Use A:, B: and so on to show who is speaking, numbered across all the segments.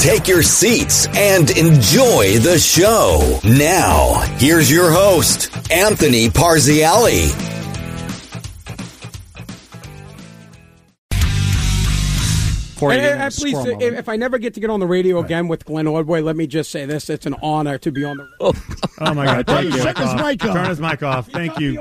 A: Take your seats and enjoy the show. Now, here's your host, Anthony Parziale.
B: And,
C: Eh,
D: Corey,
B: and, and please,
D: squirm
B: if, if I never get to get on the radio again with Glenn Ordway, let me just say this: it's an honor to be on the.
E: Oh my God! Thank you.
C: Shut his mic off.
E: Turn his mic off. Thank you.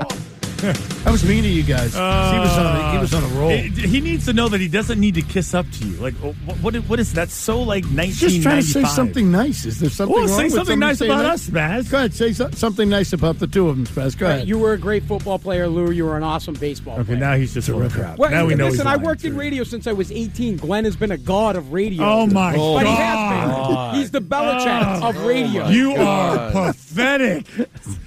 C: I was mean to you guys. 'cause he was on a, he was on a roll.
E: He, eh, he needs to know that he doesn't need to kiss up to you. Like, oh, wh- what? What is that? So like
C: He's
E: nineteen.
C: just trying to say something nice. Is there something?
E: Well,
C: wrong
E: say
C: with
E: something
C: somebody
E: nice
C: saying
E: about
C: that?
E: us, Spaz.
C: Go ahead, say so- something nice about the two of them, Spaz. Go ahead.
B: You were a great football player, Lou. You were an awesome baseball
E: Okay,
B: player.
E: now he's just a rip
B: well,
E: now we know
B: listen,
E: he's
B: I
E: lying,
B: worked in
E: too.
B: radio since I was 18. Glenn has been a god of radio.
E: Oh my
B: But he has
E: God! Oh,
B: been. He's the Belichick of radio.
E: You are pathetic.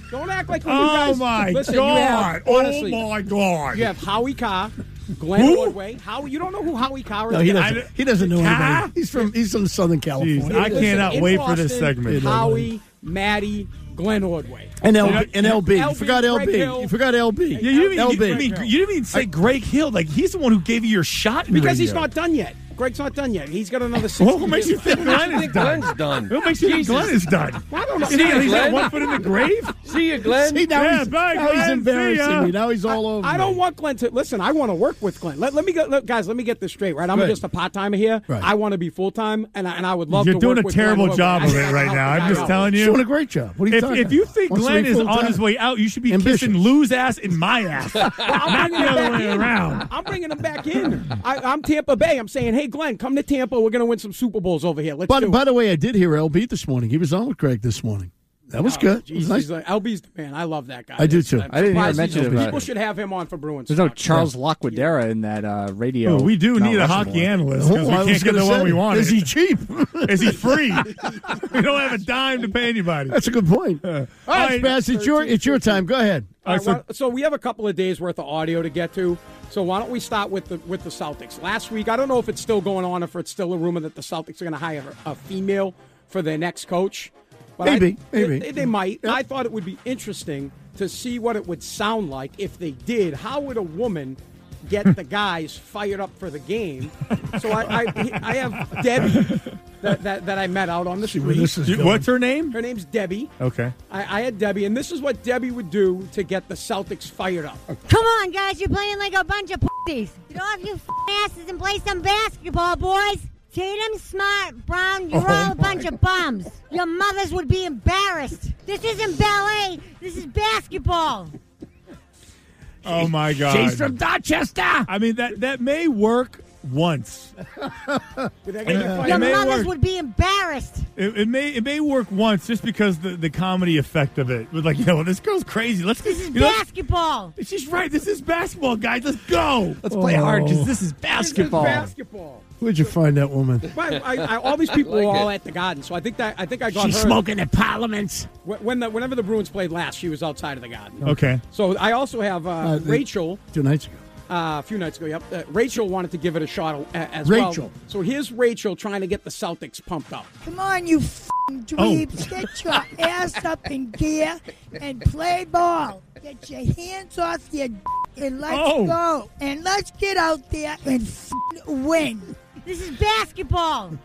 B: don't act like you
E: Oh
B: guys.
E: my
B: listen, you
E: God!
B: have- honestly,
E: oh my God!
B: you have Howie Carr, Glenn
E: Who?
B: Ordway. How you don't know who Howie Carr is?
C: no, he
E: I
C: doesn't.
E: don't-
C: He doesn't know
E: Huh?
C: anybody. He's from he's from Southern California.
E: Jeez, I
B: Listen,
E: cannot
B: in
E: wait for this
B: Boston,
E: segment.
B: Howie, Maddie, Glenn Ordway.
C: and LB, and LB. You
B: LB,
C: forgot
B: Greg
C: LB.
B: Hill.
C: You forgot LB.
E: Yeah, you didn't even,
C: LB.
E: you, didn't even- you didn't even say Greg Hill. Like he's the one who gave you your shot. In
B: Because he's
E: radio.
B: not done yet. Greg's not done yet. He's got another six.
E: Well, who makes you think Glenn is
F: think
E: done?
F: Glenn's done?
E: Who makes you think Glenn is done?
B: I don't know.
E: Is he,
F: you,
E: he's
F: Glenn.
E: got one foot in the grave.
F: See you, Glenn.
C: See, now
E: Yeah,
C: he's,
E: bye,
C: now he's
E: Glenn. See ya.
C: embarrassing me. Now he's all over.
B: I don't
C: me.
B: want Glenn to listen. I want to work with Glenn. Let, let me go, look, guys. Let me get this straight, right? I'm
C: Right.
B: just a part timer here.
C: Right.
B: I want to be full time, and I, and I would love.
E: You're
B: to
E: doing
B: work
E: a
B: with
E: terrible
B: Glenn
E: job of
B: Woodward.
E: it
B: I- I-
E: right
B: I-
E: now.
B: I
E: I'm just
B: know.
E: telling
C: He's
E: you.
C: doing a great job. What are you
E: If,
C: talking
E: if you
C: about?
E: think
C: Wants to
E: Glenn
C: be
E: is
C: full
E: on
C: time.
E: his way out, you should be kissing
C: Ambitious.
E: Lou's ass in my ass, not the other way around.
B: I'm bringing him back in. I, I'm Tampa Bay. I'm saying, hey, Glenn, come to Tampa. We're going to win some Super Bowls over here. Let's
C: By,
B: do
C: by
B: it.
C: the way, I did hear LB this morning. He was on with Greg this morning. That was good. It
B: Jeez,
C: was nice.
B: Oh, he's like- LB's the man. I love that guy.
C: I do
B: It's-
C: too.
B: I'm
C: I didn't
D: hear
B: surprised
D: mention
B: he's-
D: of that.
B: People should have him on for Bruins.
D: There's no
B: talk.
D: Charles Lockwoodera in that uh, radio.
E: Oh, we do
D: Mount
E: need a
D: Rushmore.
E: hockey analyst because
C: Oh, I
E: we
C: was
E: can't get
C: gonna
E: the one
C: say,
E: we want.
C: Is he cheap?
E: Is he free? we don't have a dime to pay anybody. Uh,
C: That's a good point. all right,
E: right.
C: Spaz, it's your it's your time. Go ahead.
E: All right,
B: All right,
E: so
B: why- so we have a couple of days worth of audio to get to. So why don't we start with the with the Celtics? Last week, I don't know if it's still going on, if it's still a rumor that the Celtics are going to hire a female for their next coach. But I-
C: Maybe,
B: they-
C: maybe.
B: they, they might. I thought it would be interesting to see what it would sound like if they did. How would a woman? Get the guys fired up for the game. So I, I, I have Debbie that, that, that I met out on the
C: See where this
B: street.
C: is
E: you-
C: going.
E: what's her name?
B: Her name's Debbie.
E: Okay.
B: I, I had Debbie, and this is what Debbie would do to get the Celtics fired up.
G: Come on, guys, you're playing like a bunch of pussies. Get off your f***ing asses and play some basketball, boys. Tatum, Smart, Brown, you're all a bunch of bums. Your mothers would be embarrassed. This isn't ballet, this is basketball.
E: Oh my God. She's from Dorchester. I mean that that may work once.
B: Did I get the
G: Your
B: fire-
E: may
G: mothers
E: work.
G: would be embarrassed.
E: It, it may it may work once just because the, the comedy effect of it. With like, you know, this girl's crazy. Let's
G: This is
E: you know,
G: basketball.
E: She's right. This is basketball, guys. Let's go.
D: Let's play hard because this
B: This is
D: is basketball.
B: basketball.
C: Where'd you find that woman?
B: But I, I, all these people
F: like
B: were all
F: it.
B: at the Garden, so I think that I think I got
D: She's
B: her.
D: smoking at Parliament's.
B: Wh- When the, whenever the Bruins played last, she was outside of the Garden.
E: Okay.
B: So I also have uh,
C: Uh, the-
B: Rachel.
C: Two nights ago.
B: Uh, a few nights ago, yep. Uh, Rachel wanted to give it a shot uh, as
C: Rachel.
B: well. So here's Rachel trying to get the Celtics pumped up.
H: Come on, you f***ing dweebs. Get your ass up in gear and play ball. Get your hands off your d- and let's
E: Oh.
H: go. And let's get out there and f***ing win.
G: This is basketball.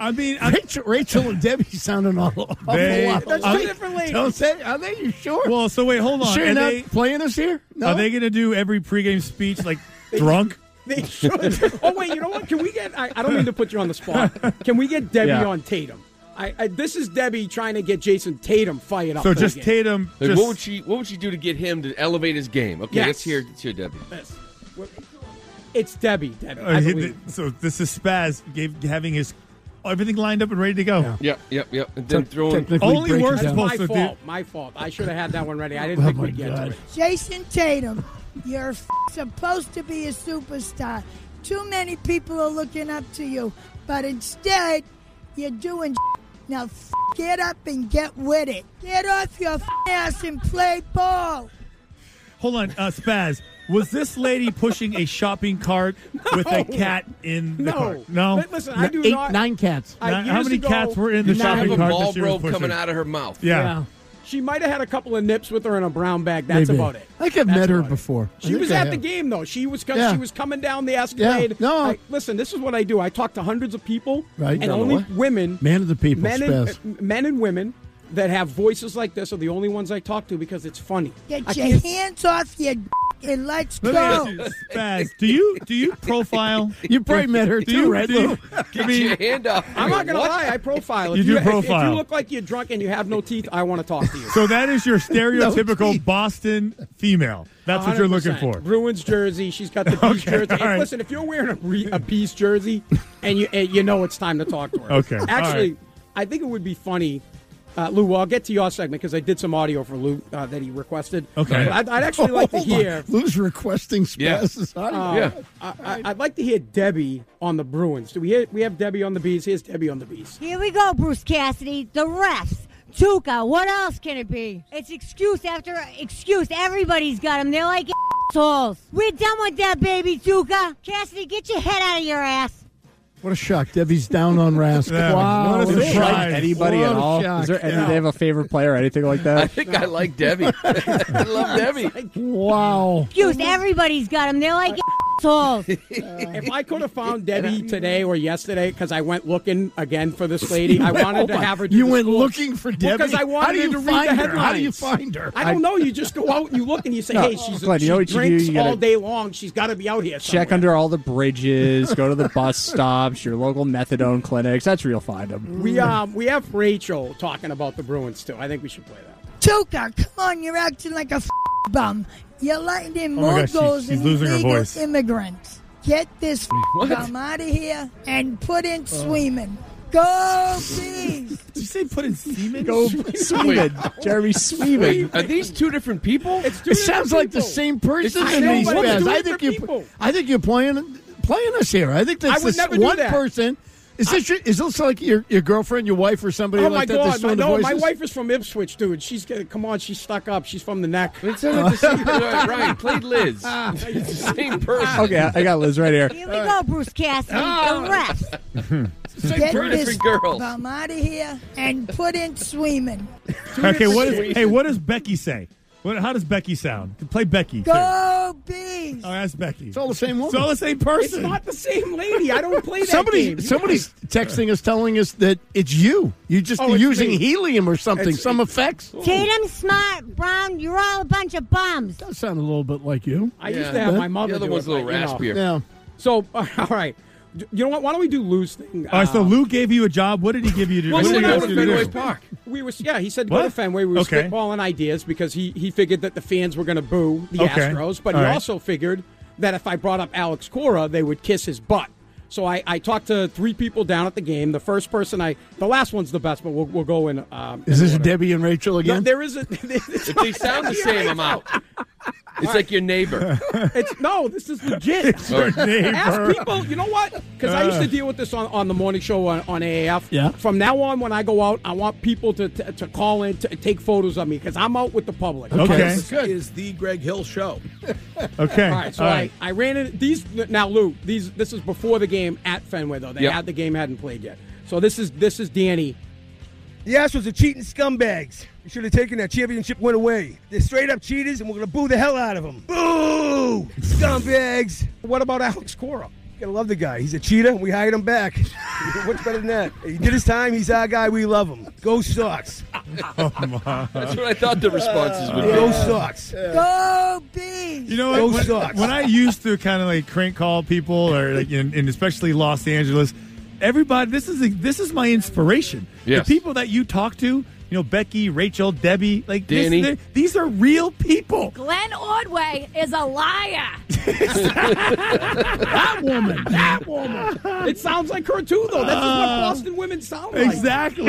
E: I mean, I,
C: Rachel, Rachel and Debbie sounding all awful
E: They-
C: lot
B: That's
C: alike.
B: two different ladies.
C: Don't say. Are they? You sure?
E: well, so wait, hold on.
C: sure
E: are,
C: you're not
E: they,
C: playing us here? No.
E: are they going to do every pregame speech like drunk?
B: They should. oh wait, you know what? Can we get? I, I don't mean to put you on the spot. Can we get Debbie
D: Yeah.
B: on Tatum? I, I this is Debbie trying to get Jason Tatum fired up.
E: So
B: for the
E: just
B: game.
E: Tatum.
F: Like,
E: just-
F: what would she What would she do to get him to elevate his game? Okay,
B: Yes.
F: let's hear, let's hear Debbie.
B: It's Debbie. Debbie.
E: uh,
B: I
E: he-
B: believe.
E: so this is Spaz gave, having his everything lined up and ready to go.
F: Yep, yep, yep. And then throwing.
C: technically
E: Only
C: break it
E: worse
C: down. Oh
B: That's
E: Supposed
B: my
E: to do-
B: fault. My fault. I should have had that one ready. I didn't think
C: my
B: we'd get to
C: God.
B: it.
H: Jason Tatum, you're f- supposed to be a superstar. Too many people are looking up to you, but instead, you're doing s***. Now f- Get up and get with it. Get off your ass and play ball.
E: Hold on, uh, Spaz. Was this lady pushing a shopping cart with a cat in the
B: No.
E: cart? No.
B: But listen, I do
C: Eight,
B: not.
C: nine cats.
B: I-
E: Now, how
B: years
E: many
B: ago-
E: cats were in the
C: Did
F: Have
C: not
E: shopping
F: a
E: cart this
F: ball
E: year?
F: robe
E: pushing?
F: coming out of her mouth.
E: Yeah.
C: Yeah.
B: She might have had a couple of nips with her in a brown bag. That's
C: Maybe.
B: about it.
C: I think I've
B: That's
C: met her
B: about it.
C: before. I
B: She
C: think
B: was
C: I
B: at
C: have.
B: the game though. She was co-
C: Yeah.
B: she was coming down the Escalade.
C: No.
B: I- listen, this is what I do. I talk to hundreds of people,
C: Right.
B: and
C: No,
B: only
C: what?
B: women,
C: Man of the people,
B: men and,
C: Spaz.
B: uh, men and women that have voices like this are the only ones I talk to because it's funny. I
H: Get your
B: can't-
H: hands off your and let's
E: Let me ask
H: go.
E: you, Spaz, do you do you profile?
C: You probably met her
E: Do
C: too,
E: you,
C: right,
E: do you-
C: Lou?
E: I
F: Get your
E: mean,
F: hand off.
B: I'm not gonna
F: What?
B: lie. I profile.
E: You
B: if
E: do
B: if- If,
E: profile.
B: you look like you're drunk and you have no teeth, I want to talk to you.
E: so that is your stereotypical
C: geez.
E: Boston female. That's what you're looking
B: 100%.
E: for.
B: Bruins jersey. She's got the Bees
E: Okay,
B: jersey.
E: all right.
B: Listen, if you're wearing a, re- a Bees jersey, and you and you know it's time to talk to her.
E: Okay, all
B: Actually,
E: right.
B: I think it would be funny. Uh, Lou, well, I'll get to your segment because I did some audio for Lou uh, that he requested.
E: Okay.
B: But I'd, I'd actually like to
C: Hold on.
B: hear. Uh,
C: Lou's requesting
F: Yeah.
C: Spaz's audio.
B: Oh.
F: Yeah.
B: I, I, I'd like to hear Debbie on the Bruins. Do we hear, we have Debbie on the Bees? Here's Debbie on the Bees.
G: Here we go, Bruce Cassidy. The refs. Tuca, what else can it be? It's excuse after excuse. Everybody's got them. They're like assholes. We're done with that, baby Tuca. Cassidy, get your head out of your ass.
C: What a shock. Debbie's down on Rask.
E: Yeah,
C: Wow.
E: what a
C: what a
D: Does she like
E: surprise.
D: anybody
C: What
D: at
C: a
D: all?
C: shock.
D: Is there any?
C: Yeah.
D: They have a favorite player or anything like
F: I
D: that?
F: think I like Debbie. I love Debbie.
C: Wow.
G: Excuse. Everybody's got them. They're like assholes.
B: If I could have found Debbie today or yesterday, because I went looking again for this lady, I wanted
C: Hold
E: Oh
B: to
C: on.
B: have her. Do
C: You
B: the
C: went
B: school-
C: looking for Debbie.
B: because I
C: How
B: wanted
C: do
B: her
C: you
B: to read
C: find
B: the
C: her? How do you
B: headlines.
C: find her?
B: I don't know. You just go out and you look and you say, "Hey, she's
D: Glenn,
B: she
D: you know what you do?
B: drinks
D: You gotta-
B: all day long. She's got to be out here."
D: Check
B: somewhere."
D: under all the bridges. Go to the bus stops. Your local methadone clinics. That's where you'll find them.
B: We um we have Rachel talking about the Bruins too. I think we should play that.
H: Tuca, come on, you're acting like a f- bum. You're letting in
E: Oh my
H: more
E: gosh, she-
H: goals
E: she's
H: than
E: losing her
H: illegal
E: voice.
H: immigrants. Get this f- bum out of here and put in Sweeman. Go, please.
E: Oh. Did you say put in semen?
D: Go Sweeman, Jeremy Sweeman.
F: Are these two different people?
B: It's two
C: It
B: different
C: sounds like the
B: people.
C: same person
F: I
C: to
F: know,
C: me,
F: but it's
C: Spaz.
B: two
C: I
B: different
C: think you.
B: people.
C: I think you're playing playing us here. I think
B: I
C: that's
B: would
C: this
B: never do
C: one
B: that.
C: person. Is this your, is this like your, your girlfriend, your wife, or somebody
B: Oh my
C: like that? that's
B: god! My,
C: doing the
B: no, my
C: voices?
B: wife is from Ipswich, dude. She's gonna come on. She's stuck up. She's from the neck.
F: It's not the same. Right, right. Played Liz.
C: Ah.
F: It's the same person.
D: Okay, I got Liz right here.
G: Here we go, Bruce Cassidy.
E: Ah.
G: The refs.
F: Same
H: Get
F: person,
H: this
F: different girls.
H: bum out of here and put in Sweeman.
E: Okay, what is, hey, what does Becky say? What, how does Becky sound? Play Becky. too. Oh,
H: Go, please.
E: that's Becky.
C: It's all the same woman.
E: It's all the same
B: It's
E: person.
B: not the same lady. I don't play that
C: Somebody,
B: game. You
C: somebody's texting us, telling us that it's you. You just
B: Oh, it's
C: using
B: me.
C: helium or something,
B: It's-
C: some effects.
G: Tatum, Smart, Brown, you're all a bunch of bums.
C: That sound a little bit like you.
B: I used to have my mother.
F: The other
B: do
F: one's
B: it,
F: a little
B: but, you know.
F: raspier.
C: Yeah.
B: So all right, you know what? Why don't we do Lou's thing?
F: Ah.
E: All right, so
B: Uh,
E: Lou gave you a job. What did he give you to
F: I
E: do? What did
F: said
E: he
F: go
E: ask
F: to
E: you to do?
F: Fenway Park.
B: We were, yeah. He said go
E: What?
B: to Fenway. We were
E: Okay.
B: spitballing ideas because he he figured that the fans were going to boo the
E: Okay.
B: Astros, but
E: All
B: he
E: right.
B: also figured that if I brought up Alex Cora, they would kiss his butt. So I, I talked to three people down at the game. The first person I, the last one's the best, but we'll, we'll go in. Um,
C: Is
B: in
C: this
B: order.
C: Debbie and Rachel
B: No,
C: again?
B: there is a.
F: If they sound the same, I'm out. It's like your neighbor.
B: It's no. This is legit. Ask people. You know what? Because I used to deal with this on, on the morning show on, on AAF.
C: Yeah.
B: From now on, when I go out, I want people to to, to call in to take photos of me because I'm out with the public.
E: Okay.
I: is the Greg Hill Show.
E: Okay.
B: All right, so I, I ran in these now, Lou. These this is before the game at Fenway though. They
F: Yep.
B: had the game hadn't played yet. So this is this is Danny.
I: The Astros are cheating scumbags. You should have taken that championship win away. They're straight up cheaters, and we're going to boo the hell out of them. Boo! Scumbags!
B: What about Alex Cora?
I: You're going to love the guy. He's a cheater, and we hired him back. What's better than that? He did his time. He's our guy. We love him. Go Sox.
F: That's what I thought the responses would
I: Go
F: be.
I: Sox.
H: Go, please.
E: You know
I: Go
E: what? When,
I: Sox.
E: when I used to kind of like crank call people, or like in, in especially Los Angeles, everybody. This is this is my inspiration.
F: Yes.
E: The people that you talk to, you know, Becky, Rachel, Debbie, like this-
F: Danny.
E: they- these are real people.
J: Glenn Ordway is a liar.
C: that woman. That woman.
B: It sounds like her too though. Oh, That's just
H: Uh,
B: what Boston women sound like.
E: Ah. Exactly.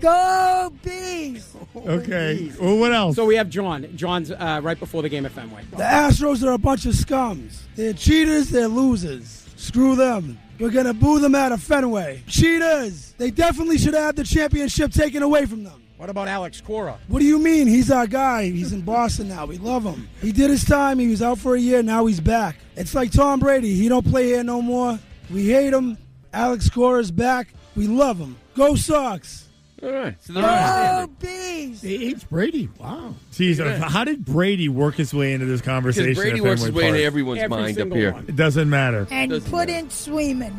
H: Go, please.
E: Okay. Well, what else?
B: So we have John. John's uh, right before the game at Fenway.
I: The Astros are a bunch of scums. They're cheaters, they're losers. Screw them.
K: We're going to boo them out of Fenway. Cheaters! They definitely should have the championship taken away from them.
B: What about Alex Cora?
K: What do you mean? He's our guy. He's in Boston now. We love him. He did his time. He was out for a year. Now he's back. It's like Tom Brady. He don't play here no more. We hate him. Alex Cora's back. We love him. Go Sox.
F: All right. So
H: they're Oh, bees.
C: He hates Brady. Wow.
E: Jeez,
F: Look at that.
E: how did Brady work his way into this conversation?
F: Because Brady
E: at
F: works
E: Fenway
F: his way into
E: Park?
F: everyone's Every mind up single here. one.
E: It doesn't matter.
H: And put in Sweeman.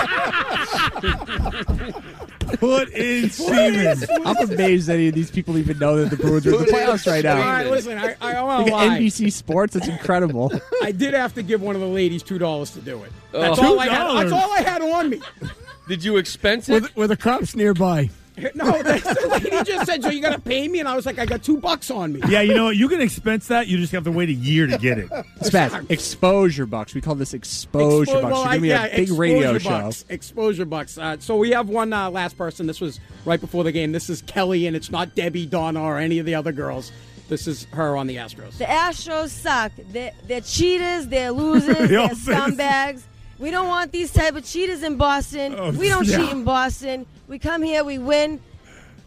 E: Put in
D: Siemens. I'm amazed any of these people even know that the Bruins are in the
B: Put in
D: playoffs right now.
B: All right, listen, I, I want
D: Like
B: to lie.
D: NBC Sports, it's incredible.
B: I did have to give one of the ladies two dollars to do it.
F: Oh.
B: That's all I had.
F: $2.
B: That's all I had on me.
F: Did you expense it?
C: With, with the cops nearby.
B: No, the lady just said, "So you got to pay me," and I was like, "I got two bucks on me."
E: Yeah, you know what? You can expense that. You just have to wait a year to get it.
D: Spaz, exposure bucks. We call this exposure
B: Expo-
D: bucks.
B: well,
D: You're
B: I-
D: gonna be
B: yeah,
D: a big radio
B: exposure bucks,
D: show.
B: Exposure bucks. Uh, so we have one uh, last person. This was right before the game. This is Kelly, and it's not Debbie, Donna, or any of the other girls. This is her on the Astros.
L: The Astros suck. They're, they're cheaters. They're losers.
B: They
L: they
B: all
L: are
B: say the same-
L: scumbags. We don't want these type of cheaters in Boston.
M: Oh,
L: we don't
M: yeah.
L: cheat in Boston. We come here, we win.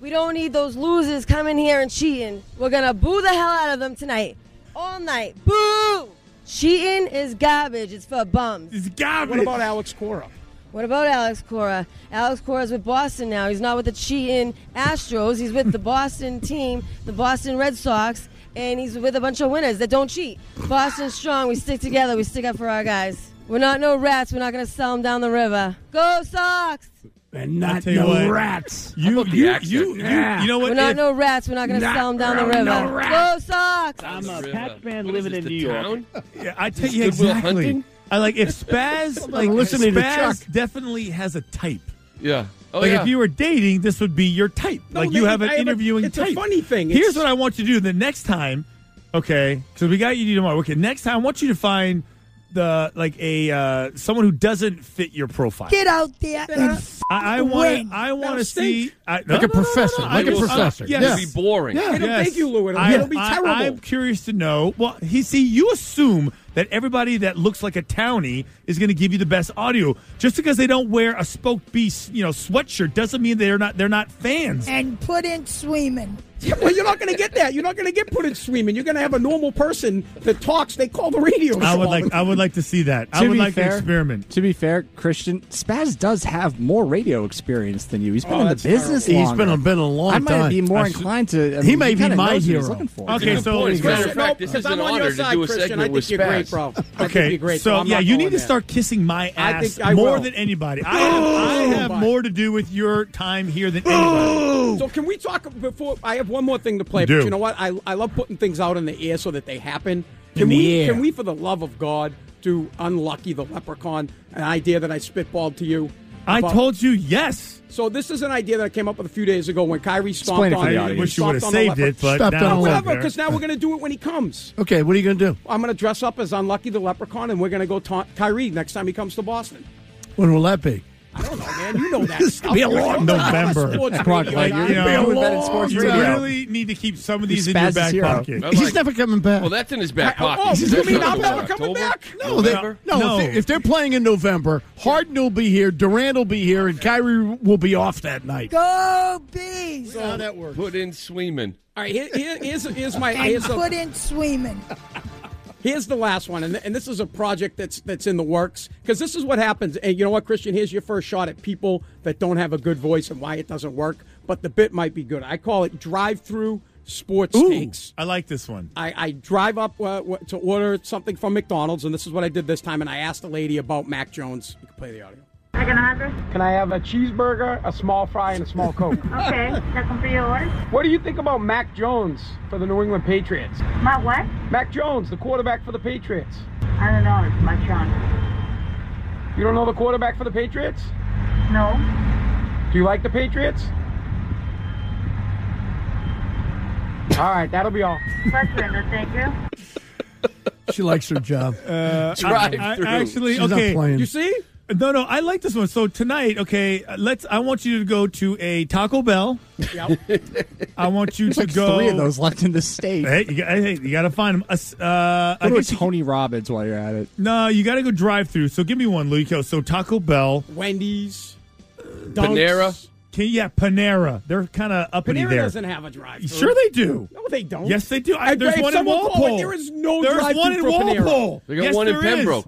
L: We don't need those losers coming here and cheating. We're gonna boo the hell out of them tonight, all night. Boo! Cheating is garbage. It's for bums. It's
E: garbage.
B: What about Alex Cora?
L: What about Alex Cora? Alex Cora's with Boston now. He's not with the cheating Astros. He's with the Boston team, the Boston Red Sox, and he's with a bunch of winners that don't cheat. Boston's strong. We stick together. We stick up for our guys. We're not no rats. We're not going to sell them down the river. Go Sox!
C: And
E: I'll
C: not
E: tell you
C: no
E: what.
C: rats.
E: You, you,
C: accent?
E: you, you, you know what?
L: We're not
E: If-
L: no rats. We're not going to
E: Not
L: sell them down the
E: around
L: river.
E: no
L: Go
E: rats.
L: Sox!
E: I'm a Pac
F: man living in New York.
E: Yeah, I
F: Is
E: take
F: this
E: you
F: Goodwill
E: exactly.
F: Hunting?
E: I like if Spaz.
F: I'm
E: like
F: listening to
E: Spaz
F: Chuck.
E: definitely has a type.
F: Yeah. Oh
E: like
F: yeah.
E: if you were dating, this would be your type.
B: No,
E: like you
B: they-
E: have an
B: I have a-
E: interviewing
B: it's a
E: type.
B: funny thing.
E: Here's
B: It's-
E: what I want you to do the next time. Okay, because we got you tomorrow. Okay, next time I want you to find the like a uh, someone who doesn't fit your profile.
H: Get out there and
E: I, I
H: win.
E: want. I want to see I, no, no, no, no, no, I
F: Like a
E: will- uh,
F: professor.
E: yes.
F: It'll be boring.
E: Yeah.
F: It'll
E: Yes.
F: make you, Lou. It'll-
E: I-
F: it'll be
E: I-
F: terrible.
E: I'm curious to know. Well, he see you assume that everybody that looks like a townie is going to give you the best audio. Just because they don't wear a spoke B, you know, sweatshirt doesn't mean they're not they're not fans.
H: and put in Sweeman.
B: Yeah, well, you're not going to get that. You're not going to get put in Sweeman. You're going to have a normal person that talks. They call the radio.
E: I
B: show
E: would
B: all
E: like
B: the-
E: I would like to see that. I
D: To
E: would
D: be
E: like to
D: fair-
E: experiment.
D: To be fair, Christian, Spaz does have more radio experience than you. He's been
E: Oh,
D: in the
E: that's terrible.
D: business
E: He's
D: longer.
E: been a- been a long
D: I might
E: time.
D: be more
E: I should-
D: inclined to. I
C: He
D: mean,
C: may be
D: kinda
C: my
D: knows what he's
C: hero.
D: looking for.
E: Okay, so
F: As a matter of
B: No,
F: fact, this is
B: because
F: an
B: I'm on
F: honor
B: your
F: to
B: side,
F: do a
B: Christian.
F: segment
B: I think
F: with
B: you're great,
F: Spaz.
B: bro. I think
E: Okay,
B: you're great.
E: so
B: I'm
E: yeah,
B: not
E: you
B: going
E: need to
B: there.
E: start kissing my
B: I
E: ass
B: think I
E: more
B: will.
E: than anybody. I have, I have more to do with your time here than anybody.
B: So can we talk before? I have one more thing to play.
E: Do.
B: But you know what? I, I love putting things out in the air so that they happen.
E: In
B: Can
E: the
B: we?
E: air.
B: Can we, for the love of God, do unlucky the leprechaun? An idea that I spitballed to you.
E: I
B: about-
E: told you yes.
B: So this is an idea that I came up with a few days ago when Kyrie stomped
E: Explain it
B: on.
E: for the
B: he
E: audience. I wish you
B: stomped
E: would've
B: on the
E: saved it, but
B: leprechaun.
E: Stopped now on a
B: no, whatever.
E: leprechaun.
B: Because now we're going to do it when he comes.
C: Okay, what are you going to do?
B: I'm going to dress up as unlucky the leprechaun, and we're going to go taunt Kyrie next time he comes to Boston.
C: When will that be?
B: Man, you know that.
C: This could be a
B: stuff.
C: long
B: You're not a
C: November.
B: sports
C: Come on,
B: radio
C: Clay,
B: guy.
C: you're-
E: You know,
C: Doing better at sports
E: you
C: radio.
E: really need to keep some of
C: He
E: these in your
C: spazzes
E: back
C: here.
E: pocket.
C: He's never coming back.
F: Well, that's in his back
C: I- oh,
F: pocket.
C: oh,
F: Is
C: you
F: that
C: mean
F: not
C: I'm
F: till
C: never
F: October?
C: No, they, no,
E: No.
C: If, they, are playing in November, Harden will be here, Durant will be here, and Kyrie will be off that night.
H: Go bees.
F: Put in Sweeman.
B: All right, here, here, here's, here's my
H: And
B: here's, the-
H: put in Sweeman.
B: here's the last one, and, and this is a project that's that's in the works because this is what happens. And you know what, Christian? Here's your first shot at people that don't have a good voice and why it doesn't work. But the bit might be good. I call it drive-through sports takes.
E: I like this one.
B: I, I drive up uh, w- to order something from McDonald's, and this is what I did this time. And I asked the lady about Mac Jones. You can play the audio. Can I have a cheeseburger, a small fry, and a small Coke?
N: Okay, looking for your order.
B: What do you think about Mac Jones for the New England Patriots?
N: My what?
B: Mac Jones, the quarterback for the Patriots.
N: I don't know, it's my John.
B: You don't know the quarterback for the Patriots?
N: No,
B: Do you like the Patriots? All right, that'll be all.
N: question, no thank you.
C: She likes her job.
E: Uh, I- I,
F: Drive-through.
E: Uh, actually,
C: She's not
E: okay.
C: playing.
B: You see?
E: No, no, I like this one. So tonight, okay, uh, let's. I want you to go to a Taco Bell. I want you
D: There's
E: to
D: like
E: go.
D: three of those left in the state.
E: Hey, you got, hey, you got to find them. Uh, I
D: Go to
E: guess you-
D: Tony Robbins while you're at it.
E: no, you got to go drive through. So give me one, Luico. So Taco Bell,
B: Wendy's,
E: Panera. Can, yeah, Panera. They're kind of up in
B: Panera
E: there.
B: doesn't have a drive.
E: Sure, they do.
B: No, they don't.
E: Yes, they do. I-
B: And
E: there's
B: if
E: one in
B: someone called it,
E: Walpole.
B: Oh, There is no
E: There's
B: drive-thru
E: one in
B: for Panera.
E: Walpole.
F: They got Yes, one in there is. Pembroke.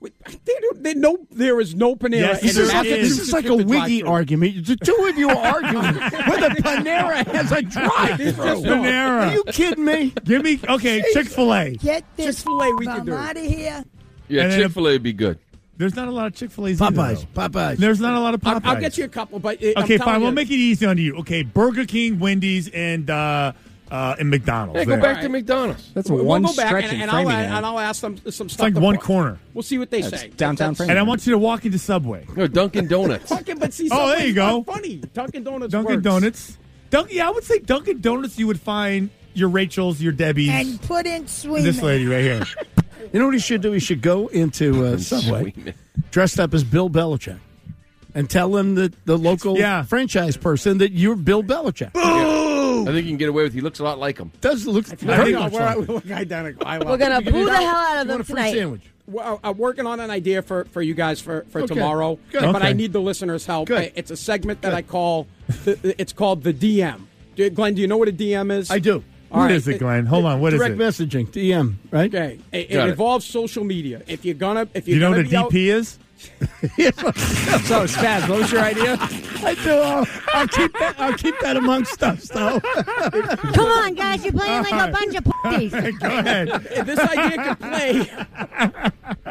B: Wait, They don't, they, no, there is no Panera.
C: Yes, this,
B: in
C: is,
B: Massachusetts
C: this is like a
B: with
C: wiggy
B: drive-thru.
C: argument. The two of you are arguing whether Panera has a drive-through.
B: It's just not.
C: Panera. Are you kidding me? oh,
E: Give me okay, Chick Fil A.
H: Get this
B: Chick-fil-A, we can
H: bum
B: do it.
H: out of here.
F: Yeah,
E: And then-
F: Chick Fil A would be good.
E: There's not a lot of Chick Fil A's.
C: Popeyes, Popeyes.
E: There's not a lot of
B: I'll,
E: Popeyes.
B: I'll get you a couple, but it,
E: Okay,
B: I'm telling
E: fine. We'll
B: you,
E: make it easy on you. Okay, Burger King, Wendy's, and uh, uh, and McDonald's.
F: Yeah, go
E: There.
F: back to McDonald's.
D: That's
B: we'll
D: one
B: go back
D: stretch
B: and,
D: in
B: and, I'll, uh,
D: Framingham.
B: and I'll ask them some stuff.
E: like
B: to
E: one
B: put-
E: corner.
B: We'll see what they
D: That's
B: say.
D: downtown
B: That's-
E: And I want you to walk into Subway.
F: No, Dunkin' Donuts.
B: Dunkin', but see,
E: Oh, there
B: Subway's
E: you go.
B: not Funny Dunkin' Donuts.
E: Dunkin'
B: works.
E: Donuts. Dunkin', yeah, I would say Dunkin' Donuts. You would find your Rachel's, your Debbie's,
H: And put in sweet.
E: this lady right here.
C: You know what he should do? He should go into uh, Subway dressed up as Bill Belichick and tell him that the local
E: Yeah.
C: franchise person that you're Bill Belichick.
F: I think you can get away with. He looks a lot like him.
C: Does look
B: I
C: very
B: think
C: much
B: we're,
C: like him.
B: we're identical. I love
L: We're
B: it.
L: gonna
B: You can do
L: boo the
B: that.
L: hell out
C: You
L: of
C: want
L: them
C: a free
L: tonight.
C: sandwich?
B: Well, I'm working on an idea for, for you guys for, for
C: Okay.
B: tomorrow,
C: Good.
B: but I
E: Okay.
B: need the listeners' help.
C: Good.
B: It's a segment that I call. The, it's called the DM. Do- Glenn, do you know what a DM is?
C: I do.
B: All
E: What
B: right.
E: is it, Glenn? Hold on. What is
C: Direct
E: it?
C: messaging, DM, right?
B: Okay, it, it
F: Got it.
B: involves social media. If you're gonna, if
E: Do
B: you're
E: you know
B: gonna
E: what a
B: be out-
E: DP is?
D: so, Spaz, what was your idea?
C: I do. I'll, I'll keep that. I'll keep that amongst us, though.
G: Come on, guys, you're playing like a bunch of pussies.
E: Go ahead.
B: this idea can play.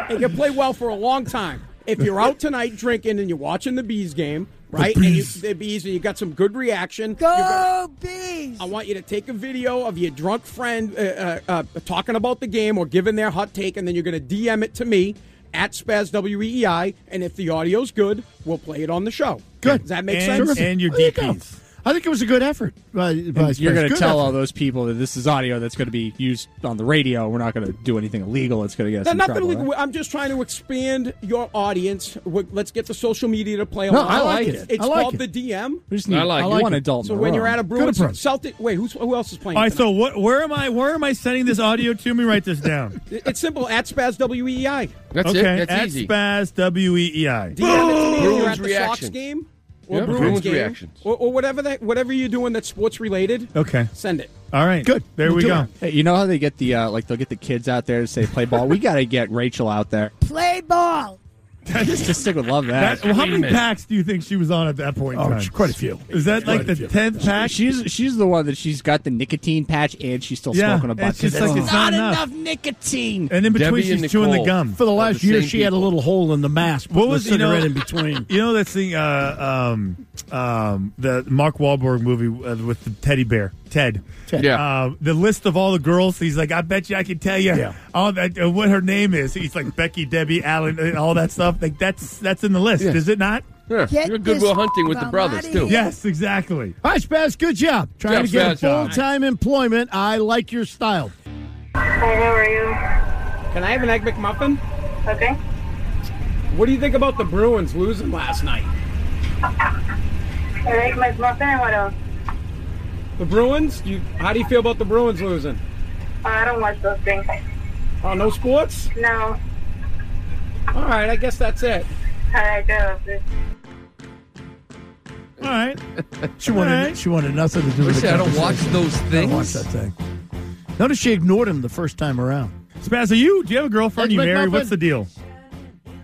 B: It can play well for a long time. If you're out tonight drinking and you're watching the bees game, right? And you, the bees, and you got some good reaction.
H: Go bees.
B: I want you to take a video of your drunk friend uh, uh, uh, talking about the game or giving their hot take, and then you're going to DM it to me at Spaz W E E I. And if the audio's good, we'll play it on the show.
C: Good.
B: Does that make
E: And-
B: sense?
E: and your
C: There you go.
E: DPs.
C: I think it was a good effort. By, by
D: You're going to
C: Good effort.
D: tell all those people that this is audio that's going to be used on the radio. We're not going to do anything illegal. It's going to get us
B: No,
D: in
B: nothing
D: trouble,
B: legal.
D: right?
B: I'm just trying to expand your audience. We- Let's get the social media to play
C: No,
B: along.
C: I like
B: It's-
C: it.
B: It's
C: I like
B: called
C: it.
B: the DM.
D: We just need
F: I like it.
D: one
F: I like
D: adult.
B: So
D: in
B: when you're
D: row.
B: at a Bruins
C: approach.
B: Celtic, wait, who's, who else is playing?
E: All right.
B: tonight?
E: So what, where am I? Where am I sending this audio to? Me write this down.
B: it's simple at Spaz W E E I.
F: That's
E: okay.
F: it. That's
E: At
F: easy.
E: Spaz W E E I.
B: DM it's me. You're
F: Bruins
B: at the Sox
F: reaction.
B: game or
F: Yeah,
B: Bruins,
F: Bruins
B: game
F: reactions.
B: or, or whatever that whatever you're doing that's sports related.
E: Okay.
B: Send it.
E: All right.
C: Good.
E: There
C: We'll
E: we
C: do
E: go.
C: it.
D: Hey, you know how they get the uh, like they'll get the kids out there to say play ball. we got to get Rachel out there.
H: Play ball.
D: Just stick would love that.
E: That, well, how many
F: Amen.
E: packs do you think she was on at that point? in
C: Oh,
E: time?
C: it's quite a few.
E: Is that like the tenth pack?
D: she's she's the one that she's got the nicotine patch and she's still
E: Yeah,
D: smoking a
E: it's
D: butt.
E: just like it's not enough
D: nicotine.
E: And in between,
F: Debbie
E: she's
F: and
E: chewing the
F: Nicole.
E: gum.
C: For the
F: Of
C: last
F: the
C: year,
F: same
C: she had a
F: people.
C: little hole in the mask.
E: What was
C: the cigarette
E: you know,
C: in between?
E: You know that thing, uh, um, um, the Mark Wahlberg movie uh, with the teddy bear, Ted.
C: Ted.
F: Yeah.
E: Uh, the list of all the girls. He's like, I bet you, I can tell you
C: Yeah.
E: all that uh, what her name is. He's like Becky, Debbie, Allen, and all that stuff. Like that's that's in the list, is it not?
F: Yeah.
H: Get
F: You're
H: this
F: Goodwill Hunting with the
H: bum
F: brothers
H: outta
F: too.
H: here.
E: Yes, exactly.
C: Hi, Spaz. Good job. Trying
F: job,
C: to get
F: Spaz.
C: full time employment. I like your style.
N: Hi, how are you?
B: Can I have an egg McMuffin?
N: Okay.
B: What do you think about the Bruins losing last night?
N: I like McMuffin and what else?
B: The Bruins? You, how do you feel about the Bruins losing?
N: Oh, I don't watch those things.
B: Oh, no sports?
N: No.
B: All right, I guess that's it.
N: I do.
E: All right.
C: She wanted.
E: All right.
C: She wanted nothing to do
F: I
C: with
F: said
C: the
F: I don't watch
C: conversation.
F: those
C: I don't watch
F: things.
C: that thing. Notice she ignored him the first time around.
E: Spaz, are you? Do you have a girlfriend?
C: Egg
E: you married?
C: McMuffin.
E: What's the deal?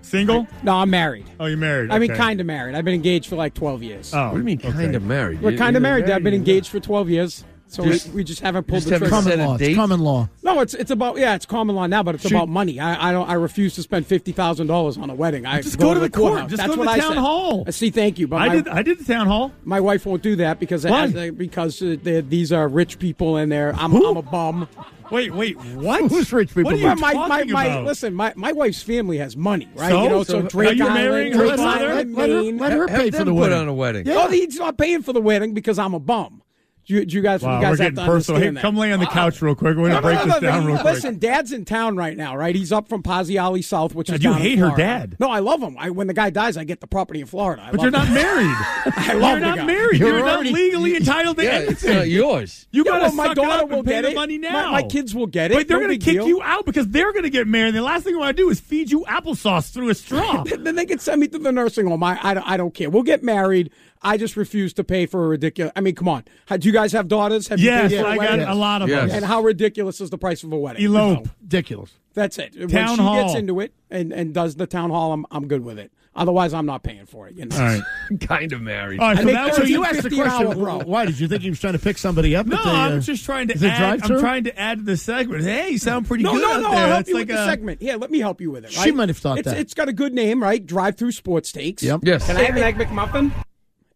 E: Single?
B: No, I'm married.
E: Oh, you're married.
B: I mean,
E: Okay.
B: kind of married. I've been engaged for like 12 years.
E: Oh,
F: What do you mean, kind of married?
B: We're kind of married. I've been
F: engaged.
B: engaged for 12 years. So we,
F: Just-
B: we just haven't pulled
F: just
B: the
F: haven't
B: trigger.
F: said-
C: Common
F: a
C: law. It's
F: date?
C: common law.
B: No, it's it's about yeah, it's common law now, but it's about money. I, I don't I refuse to spend fifty thousand dollars on a wedding. I
E: Just go to the court.
B: courthouse.
E: Just
B: That's
E: go to
B: what
E: the
B: I
E: town
B: said.
E: hall.
B: I see, thank you, but
E: I
B: my,
E: did. I did the town hall.
B: my wife won't do that because
E: Why?
B: I, because uh, they're- these are rich people and they're I'm, I'm a bum.
E: Wait, wait, what?
C: Who's rich people?
E: What are you
B: Yeah, my, my,
E: talking
B: my,
E: about?
B: listen, my, my wife's family has money, right?
E: So?
B: you know, so,
E: So
B: Drake
E: are you
B: Island,
E: marrying her
B: Drake
E: father?
B: Island,
C: Let her-
B: Maine. Oh,
C: let her
F: Have
C: pay for
F: them
C: the
F: put
C: wedding.
F: on a wedding.
C: Yeah.
B: No, he's not paying for the wedding because I'm a bum. Do you, do you guys,
E: Wow,
B: you guys
E: we're
B: have to
E: getting personal. Hey,
B: understand that.
E: come lay on the couch real quick. We're gonna break this down
B: but
E: real
B: he-
E: quick.
B: Listen, Dad's in town right now, right? He's up from Pazziali South, which
E: God,
B: is
E: you
B: down in
E: hate her
B: Florida.
E: dad.
B: No, I love him. I, when the guy dies, I get the property in Florida. I
E: But
B: love
E: you're not
B: him.
E: married.
B: I
E: you're
B: love the
E: not
B: guy.
E: married. You're, not legally entitled to
B: Yeah,
E: anything.
B: it's
F: uh,
B: not yours.
E: You
B: Yeah,
E: gotta
B: well, my
E: suck it
B: daughter
E: up and
B: will
E: pay
B: get
E: the
B: it.
E: money
B: My-
E: now.
B: my kids will get it.
E: But they're
B: No
E: gonna
B: big
E: kick
B: deal.
E: you out because they're gonna get married. And the last thing I want to do is feed you applesauce through a straw.
B: then they can send me to the nursing home. I, I, don't- I don't care. We'll get married. I just refuse to pay for a ridiculous. I mean, come on. How- Do you guys have daughters? Have
E: Yes,
B: you paid for
E: I
B: a
E: got
B: wedding?
E: a lot of Yes. them.
B: And how ridiculous is the price of a wedding?
E: Elope.
B: No.
C: Ridiculous.
B: That's it. when
E: Town
B: she
E: hall.
B: gets into it and, and does the town hall, I'm, I'm good with it. Otherwise, I'm not paying for it. You know?
C: All right.
F: kind of married.
C: All right,
B: I
C: so,
B: make
C: that, so you asked the
B: 13.50 an
C: question.
B: hour, bro.
C: wh- Why did you think he was trying to pick somebody up?
E: No,
C: at the,
E: I'm
C: uh,
E: just trying
C: is
E: to
C: it
E: add. I'm
C: drive-thru?
E: trying to add to the segment. Hey, you sound pretty
B: no,
E: good.
B: no,
E: out
B: no.
E: there.
B: I'll help
E: It's
B: you
E: like
B: with
E: a-
B: the segment. Yeah, let me help you with it.
C: She
B: right?
C: might have thought
B: it's,
C: that.
B: It's got a good name, right? Drive through sports takes.
C: Yep. Yes.
B: Can I have an egg McMuffin?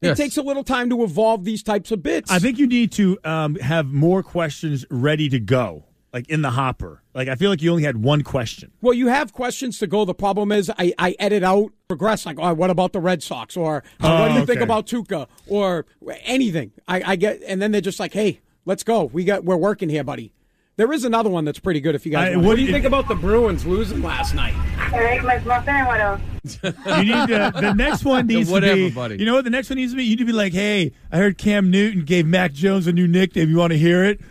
B: It
E: Yes.
B: takes a little time to evolve these types of bits.
E: I think you need to um, have more questions ready to go, like in the hopper. Like I feel like you only had one question.
B: Well, you have questions to go. The problem is, I, I edit out progress. Like, oh, what about the Red Sox? Or uh,
E: Oh,
B: what do you think
E: okay.
B: about Tuca? Or anything. I, I get, and then they're just like, hey, let's go. We got, we're working here, buddy. There is another one that's pretty good if you guys.
E: I-
B: want
E: what
B: it.
E: do you think
B: about the Bruins losing last night?
N: Eric McMuffin, what else?
E: You need to, Uh, the next one
F: Yeah,
E: needs
F: whatever,
E: to be.
F: buddy.
E: You know what the next one needs to be? You need to be like, hey, I heard Cam Newton gave Mac Jones a new nickname. You want to hear it?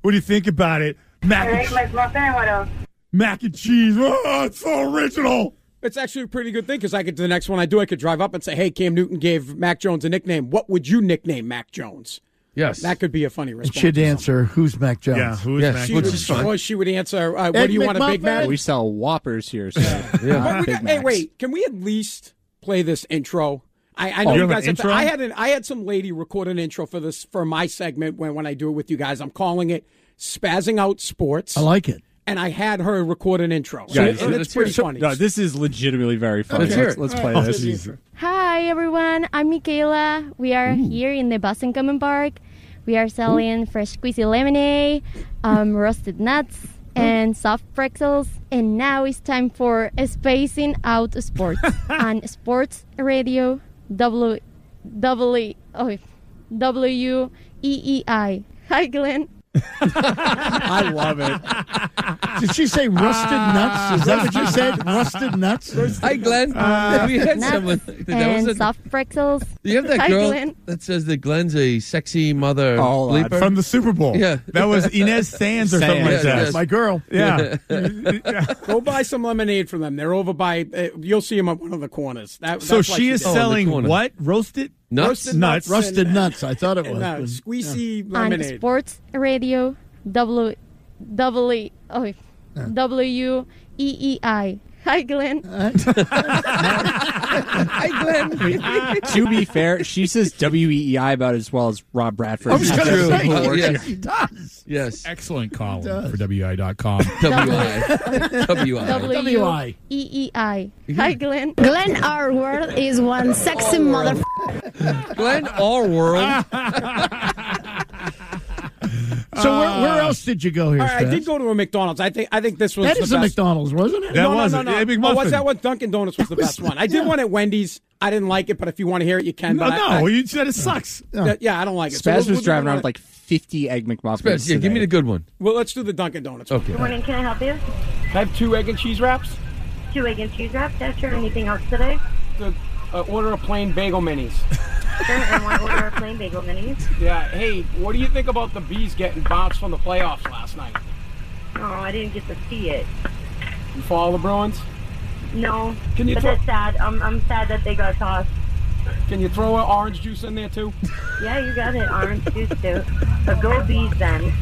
E: What do you think about it? Mac,
N: Eric
E: and, che-
N: McMuffin, what else?
E: mac and cheese. Oh, it's so original.
B: It's actually a pretty good thing because I could the next one I do I could drive up and say, hey, Cam Newton gave Mac Jones a nickname. What would you nickname Mac Jones?
F: Yes.
B: that could be a funny
C: It
B: response.
C: should answer who's Mac Jones.
E: Yeah, who's
F: Yes,
E: Mac
F: she would
E: Jones?
F: just fun.
B: Or she would answer, uh, "What
C: Egg
B: do you want, a Big
C: McMuffin?
B: Mac?"
D: We sell Whoppers here. So
B: But
D: not
B: we got-
D: Big
B: hey,
D: Macs.
B: wait, can we at least play this intro? I, I know
D: Oh, you
B: you,
D: have an
B: guys. Have to,
D: intro?
B: I had an I had some lady record an intro for this for my segment when when I do it with you guys. I'm calling it "Spazzing Out Sports."
C: I like it.
B: And I had her record an intro. So
D: Guys,
B: it- and it's pretty
D: so-
B: funny.
D: No, this is legitimately very funny.
F: Let's hear
D: Let's,
F: it.
D: let's
F: All
D: play
F: right, let's do the
D: this.
F: intro.
M: Hi everyone, I'm Michaela. We are here in the Boston Common Park. We are selling fresh squeezy lemonade, um, roasted nuts, and soft pretzels. And now it's time for Spacing Out Sports on Sports Radio W W oh, W E E I. Hi Glenn.
C: I love it. Did she say rusted nuts? Is that what you said? Rusted nuts? Uh,
F: Hi, Glenn. Uh, we had someone. That was
M: and
F: a,
M: soft pretzels.
F: you have that
M: Hi,
F: girl
M: Glenn.
F: that says that Glenn's a sexy mother
E: Oh, uh,
F: bleeper?
E: from the Super Bowl.
F: Yeah.
E: that was Inez Sands or something like
F: Sands,
E: that.
F: yes.
C: My girl.
E: Yeah.
B: Go buy some lemonade from them. They're over by. Uh, you'll see them at one of the corners. That,
E: So
B: that's what
E: she is
B: did.
E: selling
F: corner.
E: what? Roasted
F: Nuts?
E: Nuts.
C: Rusted nuts. I thought it
B: And,
C: was.
B: uh,
C: but-
B: squeezy
M: on
B: lemonade.
M: Sports Radio W W oh, W E E I. Hi, Glenn.
F: Hi, Glenn.
D: to be fair, she says W E E I about as well as Rob Bradford.
C: I was going to
F: True.
C: say.
F: Oh,
C: yes,
F: yes.
C: He does.
F: yes.
O: Excellent
C: does.
O: column for WI.com.
F: W-I. W-I.
C: W-I.
M: W E E I. Hi, Glenn.
P: Glenn R. World is one sexy motherfucker.
F: Glenn
E: Ah.
F: Allworld.
C: So where, where else did you go here,
B: Uh, All right, I
C: Spence?
B: did go to a McDonald's. I think I think this was
C: That
B: the
C: is a
B: best.
C: McDonald's, wasn't it?
E: That
B: no,
E: was
B: no,
E: it.
B: no, no.
E: Yeah, Big
B: Oh,
E: Muffin.
B: what's that one? Dunkin' Donuts was the best one. I did one at Wendy's. I didn't like it, but if you want to hear it, you can.
E: No,
B: but I,
E: no,
B: I,
E: you said it sucks.
B: yeah, yeah, I don't like it. So
D: Spaz
B: we'll-
D: was
B: we'll do
D: driving
B: the
D: around
B: one-
D: with like 50 egg McMuffins.
F: Yeah, give me
D: today.
F: the good one.
B: Well, let's do the Dunkin' Donuts.
F: Okay.
N: morning, can I help you?
B: I have two egg and cheese wraps.
N: Two egg and cheese wraps, that's sure. Anything else today?
B: Uh, order a plain bagel minis.
N: Sure, I want to order a plain bagel minis.
B: Yeah. Hey, what do you think about the bees getting bounced from the playoffs last night?
N: Oh, I didn't get to see it.
B: You follow the Bruins?
N: No,
B: Can you
N: but
B: throw-
N: that's sad. I'm, I'm sad that they got tossed.
B: Can you throw an orange juice in there too?
N: Yeah, you got it. Orange juice too. But go bees then.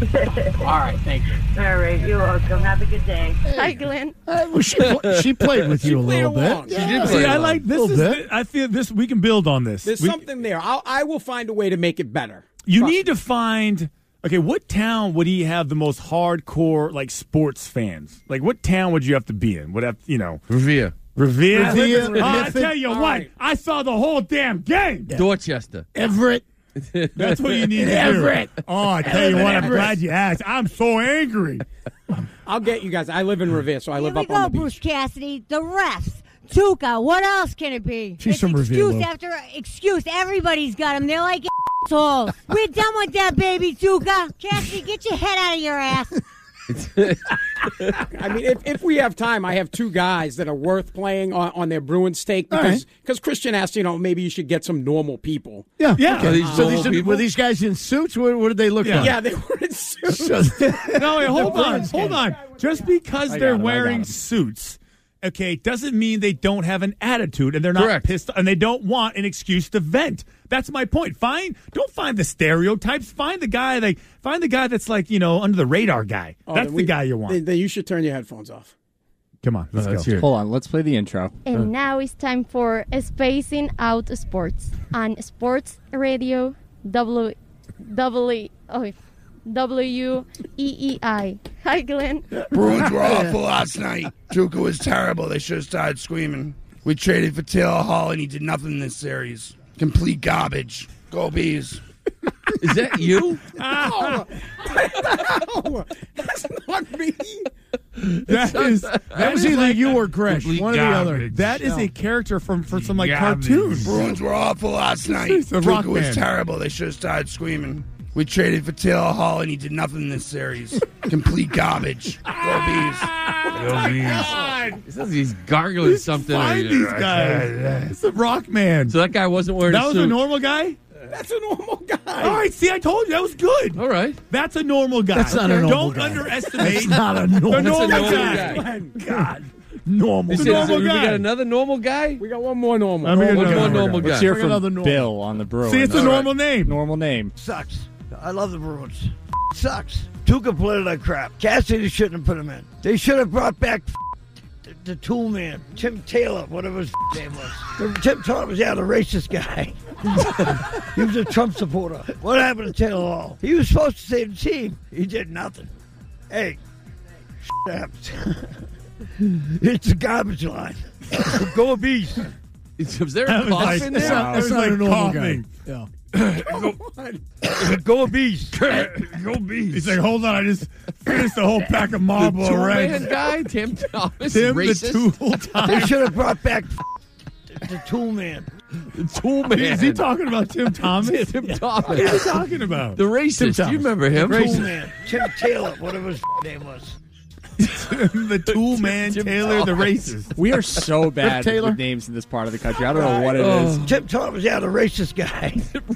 B: All right, thank you.
N: All right, you're welcome. Have a good day.
M: Hi, Glenn.
C: Uh, well, she, pl- she played with you a
B: played
C: little
B: along.
C: bit.
B: She
C: Yeah.
E: See, I like this.
C: Little
E: Is
C: bit.
E: the, I feel this. We can build on this.
B: There's
E: We-
B: something there. I'll, I will find a way to make it better.
E: you need to find. Okay, what town would he have the most hardcore like sports fans? Like, what town would you have to be in? Would have you know?
F: Revere.
E: Revere.
C: Revere,
E: Oh, I
C: Memphis.
E: tell you what, I saw the whole damn game.
F: Dorchester.
C: Everett.
E: That's what you need to do.
C: Everett.
E: Oh, I tell you what, I'm
C: Everett.
E: glad you asked. I'm so angry.
B: I'll get you guys. I live in Revere, so I
G: Here
B: live
G: we
B: up on
G: go,
B: the beach.
G: Bruce Cassidy. The refs. Tuca. What else can it be?
C: She's
G: It's
C: from Revere,
G: excuse
C: Lou.
G: after excuse. Everybody's got them. They're like assholes. We're done with that, baby Duca. Cassidy, get your head out of your ass.
B: I mean, if, if we have time, I have two guys that are worth playing on, on their Bruins take
C: All
B: because because Christian asked, you know, maybe you should get some normal people.
C: Yeah,
B: Yeah.
C: okay.
B: Are these
C: so these
B: normal
C: are,
B: people?
C: were these guys in suits? What, what did they look
B: Yeah.
C: like?
B: Yeah, they were in suits.
E: no,
C: The
E: wait, hold on,
C: Bruins
E: hold
C: game.
E: on. Just because
C: I got
E: they're
C: him, I got
E: wearing
C: him.
E: suits, okay, doesn't mean they don't have an attitude and they're not pissed and they don't want an excuse to vent. That's my point. Find don't find the stereotypes. Find the guy like find the guy that's like you know under the radar guy.
B: Oh,
E: that's
B: then
E: the
B: we-
E: guy you want.
B: Then, then you should turn your headphones off.
E: Come on, let's
D: let's
E: go.
D: hear it. Hold on, let's play the intro. Uh,
M: And now it's time for Spacing Out Sports on Sports Radio W W oh, W E E I. Hi, Glenn.
O: Bruins were awful last night. Tuca was terrible. They should have started screaming. We traded for Taylor Hall, and he did nothing in this series. Complete garbage. Go bees. Is that you?
B: No! No! That's not me.
E: That is that
C: was
E: is
C: either
E: like
C: you or
E: Gresh,
C: Complete
E: one or the other.
C: garbage.
E: That is a
C: No.
E: character from for some like
O: Garbage.
E: cartoons.
O: Bruins were awful last night.
E: The
O: Tuca
E: rock
O: was
E: band.
O: terrible. They should have started screaming. We traded for Taylor Hall, and he did nothing in this series. Complete garbage. Go bees.
F: Go bees. It sounds like he's gargling something.
E: Find these guys. It's the rock man. So
F: that guy wasn't wearing.
E: That
F: a
E: was
F: suit.
E: a normal guy.
B: That's a normal guy.
E: All right, see, I told you that was good. All right, that's a normal guy.
C: That's not a normal
E: Don't
C: guy.
E: underestimate.
C: That's not a normal
E: the normal
C: That's a normal
E: guy.
C: guy.
E: God, normal.
C: They
E: The
C: said-
E: normal
C: we
E: guy.
C: got
F: another normal guy.
B: We got one more normal.
E: I mean,
D: One
E: another
D: more
F: normal guy.
D: Let's hear
F: Bring
D: from
F: another
D: another
F: normal.
D: Bill on the Bruins.
E: See, it's a normal name.
D: Normal name.
Q: Sucks. I love the Bruins. Sucks. Tuca played like crap. Cassidy shouldn't have put him in. They should have brought back the, the tool man, Tim Taylor, whatever his name was. The- Tim Taylor was, yeah, the racist guy. he was a Trump supporter. What happened to Taylor Hall? He was supposed to save the team. He did nothing. Hey, happens. it's a garbage line. Go beast.
F: Is there
Q: a cough in there?
C: That was like coughing.
Q: Yeah.
C: Go bees. Go bees. He's like, hold on, I just finished the whole pack of Marlboro
F: Tool
C: Reds.
F: Man guy, Tim Thomas,
C: Tim the
F: racist.
C: Tool
Q: They should have brought back the tool man.
F: The Tool Man.
E: Is he talking about Tim Thomas?
F: Tim
E: What
F: Thomas.
E: are you talking about?
F: The racist. Do you remember him?
Q: Tool man. Tim Taylor, whatever his name was.
E: the Tool Man Taylor, the racist.
D: We are so bad
Q: Taylor?
D: with names in this part of the country. I don't know what it
E: Oh.
D: is.
Q: Tim Taylor was, yeah, the racist guy.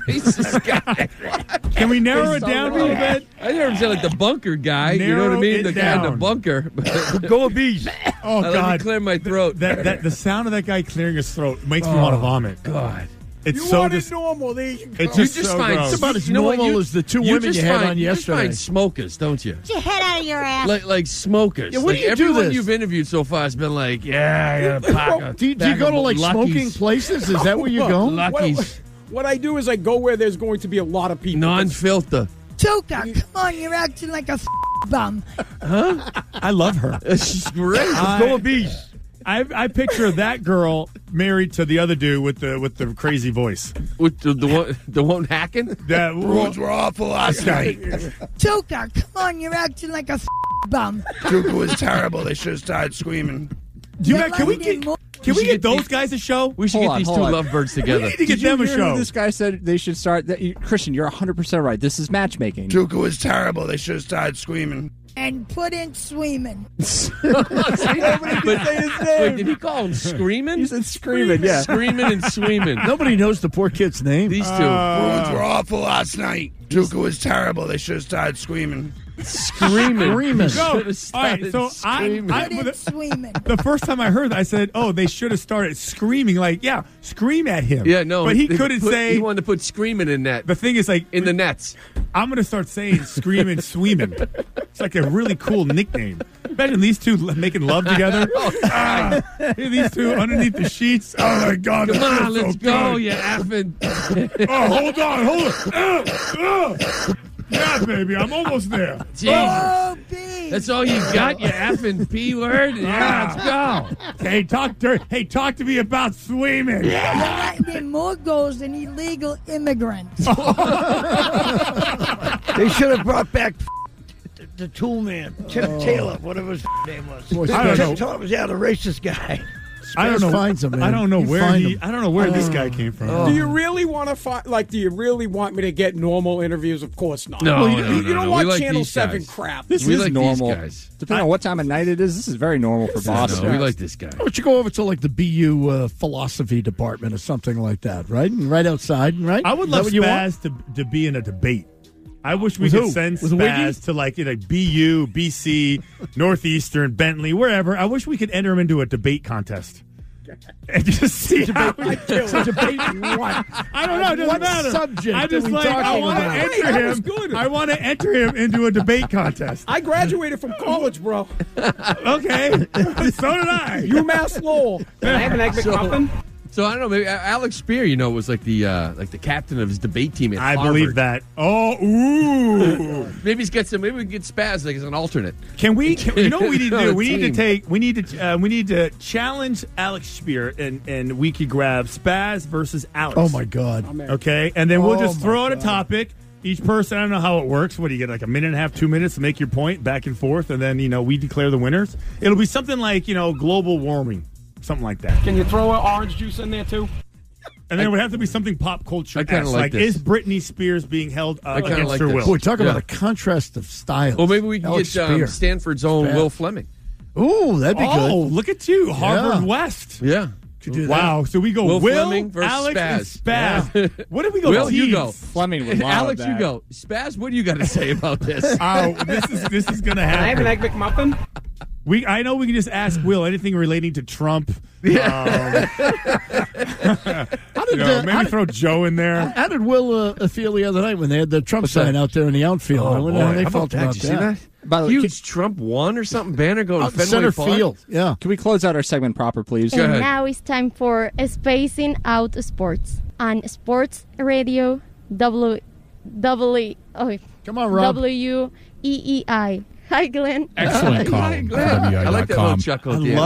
F: racist guy.
E: Can we narrow it
F: So
E: down a
F: wrong.
E: little bit?
F: I never said like the bunker guy. you know what I
E: Narrow
F: mean?
E: it
F: The guy in the
E: down.
F: bunker.
E: Go a bees. Oh
F: I let me
E: God!
F: clear my throat.
E: That, that the sound of that guy clearing his throat makes me want to
F: Oh,
E: vomit. God, it's
B: you
E: so
B: wanted
E: dis-
B: normal. There you go.
E: It's just, so gross.
C: It's about as normal as the two women
F: just
C: you had
F: find,
C: on
F: You
C: yesterday.
F: just find smokers, don't you?
G: Get your head out of your ass.
F: Like like smokers.
C: Yeah, what do
F: Like,
C: you do
F: everyone
C: this?
F: you've interviewed so far has been like, yeah, I got a pack of-
C: do you, do you
F: pack
C: go
F: of
C: to like
F: Luckies.
C: smoking places? Is that where you go?
F: Luckies.
B: What I do is I go where there's going to be a lot of people.
F: Non-filter.
H: Tuca, come on, you're acting like a f- bum.
E: Huh? I love her.
F: She's great.
E: I, I, I picture that girl married to the other dude with the with the crazy voice.
F: With the, the one the one hacking?
E: That
O: Bruins were awful last night.
H: Tuca, come on, you're acting like a f- bum.
O: Tuca was terrible. They should have started screaming.
E: Do you guys- can we get can we get those guys a show?
F: We should
D: Hold
F: get
D: on,
F: these
D: hold
F: two
D: on.
F: lovebirds together.
E: We need to get
D: Did you
E: them a
D: hear who
E: show.
D: This guy said they should start. That, you, Christian, you're 100% right. This is matchmaking.
O: Tuca was terrible. They should have started screaming.
H: And put in Swimming.
F: but, wait, did he call him screaming? He
D: said screaming. Yeah,
F: screaming and swimming.
C: Nobody knows the poor kid's name.
F: These two.
C: Uh,
O: Bruins were awful last night. Tuca was terrible. They should have started screaming.
F: Screaming.
C: Screaming.
F: He
E: No.
F: should've
E: All right,
F: started
E: so I,
F: screaming.
E: I
H: Put in Swimming.
E: the first time I heard that, I said, "Oh, they should have started screaming." Like, yeah, scream at him.
F: Yeah, no.
E: but he
F: they
E: couldn't
F: put-
E: say.
F: He wanted to put screaming in that.
E: the thing is, like,
F: in the nets.
E: I'm gonna start saying "scream" and "sweeman." It's like a really cool nickname. Imagine these two l- making love together. Ah, these two underneath the sheets. Oh my god!
F: Come
E: this feels
F: on,
E: so
F: let's go,
E: good.
F: you effing.
E: Oh, hold on, hold on. Oh, oh. Yeah, baby, I'm almost there.
F: Jesus.
H: Oh, B.
F: That's all you got, you effing P word? Yeah, let's go.
E: Ah. Hey, talk to hey, talk to me about swimming.
H: You're letting more goals than illegal immigrants.
Q: They should have brought back the, the tool man. Tim Taylor, whatever his name was.
C: Boy, I don't
Q: Tim
C: know.
Q: Taylor was, yeah, the racist guy.
E: I don't know.
C: Finds him, man.
E: I don't know
C: You
E: where
C: find
E: he.
C: him.
E: I don't know where this
C: Oh.
E: guy came from.
B: Do you really want to find? Like, do you really want me to get normal interviews? Of course not.
E: No,
B: Well, you,
E: no,
B: you-
E: no,
B: you don't
E: no.
B: want
E: We like
B: Channel
E: these
B: Seven
E: guys.
B: crap.
D: This
E: We
D: is
E: like these
D: normal.
E: guys.
D: Depending on what time of night it is, this is very normal for Boston.
F: no, we like this guy.
C: Why don't you go over to like the BU uh, philosophy department or something like that, right? And right outside, right?
E: I would
C: Is
E: love
C: that what you want?
E: Spaz to, to be in a debate. I wish we
C: With
E: could
C: who?
E: send
C: With Wiggy?
E: Spaz to like you know, BU, BC, Northeastern, Bentley, wherever. I wish we could enter him into a debate contest and just see how we
C: To debate what?
E: I don't know. It doesn't
C: what
E: matter.
C: subject
E: I just
C: are we
E: like. I
C: talking
E: want to
C: about?
E: enter
B: Hey, that was
F: Uh,
E: him.
B: good.
E: I want to enter him into a debate contest.
B: I graduated from college, bro.
E: Okay. so did I.
B: UMass Lowell.
F: so, so I don't know. Maybe uh, Alex Spear, you know, was like the uh, like the captain of his debate team at
E: I
F: Harvard.
E: believe that. Oh, ooh.
F: Maybe he's got some. Maybe we can get Spaz like as an alternate.
E: Can we? Can, you know what we need to
F: No,
E: do? We need to
F: team.
E: take. We need to. Uh, we need to challenge Alex Spear, and and we could grab Spaz versus Alex.
C: Oh my God!
E: Okay, and then we'll
C: Oh,
E: just
C: my
E: throw out a
C: God.
E: topic. Each person, I don't know how it works. What do you get? Like a minute and a half, two minutes to make your point back and forth, and then you know we declare the winners. It'll be something like you know global warming, something like that.
R: Can you throw an orange juice in there too?
E: And then it would have to be something pop culture.
F: I kinda like
E: like
F: this.
E: is Britney Spears being held
F: I
E: uh,
F: kinda
E: against
F: like
E: her
F: this.
E: will?
C: Boy, talk
F: Yeah.
C: about a contrast of styles.
F: Well, maybe we can
C: Alex
F: get um,
C: Spear.
F: Stanford's own
C: Spaz.
F: Will Fleming.
C: Ooh, that'd be
E: Oh,
C: good.
E: look at you, Harvard
C: Yeah.
E: West.
F: Yeah.
C: Could do that.
E: Wow. So we go Will,
F: Will Fleming versus
E: Alex, and
F: Spaz.
E: Spaz. What did we go?
F: Will, you
E: teams?
F: go.
D: Fleming would love
F: Alex,
D: that.
F: you go. Spaz, what do you got to say about this?
E: Oh, this is this is gonna happen.
R: egg McMuffin?
E: We I know we can just ask Will anything relating to Trump. Um, you know,
C: uh, how
E: maybe
C: did-
E: throw Joe in there.
C: How did Will uh, feel the other night when they had the Trump
F: What's
C: sign
F: that?
C: out there in the outfield?
E: Oh,
D: Oh,
C: I wonder how they felt about
F: Did you see that?
D: By the way, Oh,
F: Huge Trump one or something banner going
C: Out
F: to Fenway
C: center
F: Park?
C: field. Yeah.
D: Can we close out our segment proper, please?
M: And now it's time for Spacing Out Sports on Sports Radio W W oh,
C: Come on, Rob.
M: W E E I. Hi, Glenn.
F: Excellent call. I like that little chuckle.
E: I
F: Dan.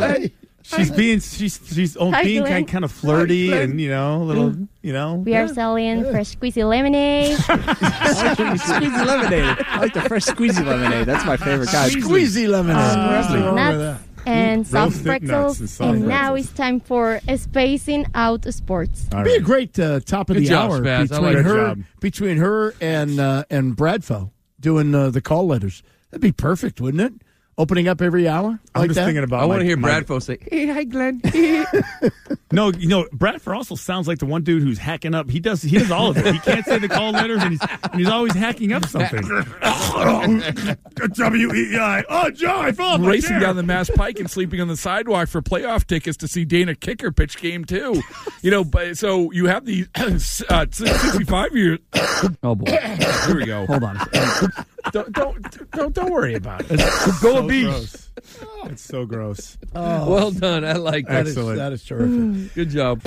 E: love it. She's being she's she's oh,
M: Hi,
E: being
M: Glenn.
E: kind, kind of flirty
M: Hi, Glenn.
E: and you know a little you know.
M: We are selling fresh squeezy lemonade.
D: squeezy lemonade. I like the fresh squeezy lemonade. That's my favorite guy.
C: Squeezy lemonade. Nothing wrong with
M: uh, nuts and soft
D: Roasted nuts
M: pretzels.
D: and
M: And,
D: soft
M: now
D: pretzels.
M: it's time for Spacing Out Sports.
C: that. Be a great uh, top of
F: Good
C: the
F: job,
C: hour
F: Spaz. I
C: between
F: like that.
C: her
F: Good
C: between her and uh, and Bradfo doing uh, the call letters. That'd be perfect, wouldn't it? Opening up every hour like
E: I'm just
C: that.
E: thinking about.
F: I want to
E: my-
F: hear
E: my-
F: Bradfo say, "Hey, hi, Glenn."
E: No, you know, Bradford also sounds like the one dude who's hacking up. He does he does all of it. He can't say the call letters and he's and he's always hacking up something. W E I. Oh, Joe, I fell off
S: Racing
E: my chair.
S: down the Mass Pike and sleeping on the sidewalk for playoff tickets to see Dana Kicker pitch game two. You know, but so you have the uh, 65 year.
D: Oh boy.
S: Here we go.
D: Hold on.
S: Don't don't don't, don't worry about it.
E: It's
S: Go
E: so
S: beast.
E: gross. It's so gross.
F: well done. I like
C: That
F: that.
C: is,
E: Excellent.
C: Oh. that is terrific.
F: Good job.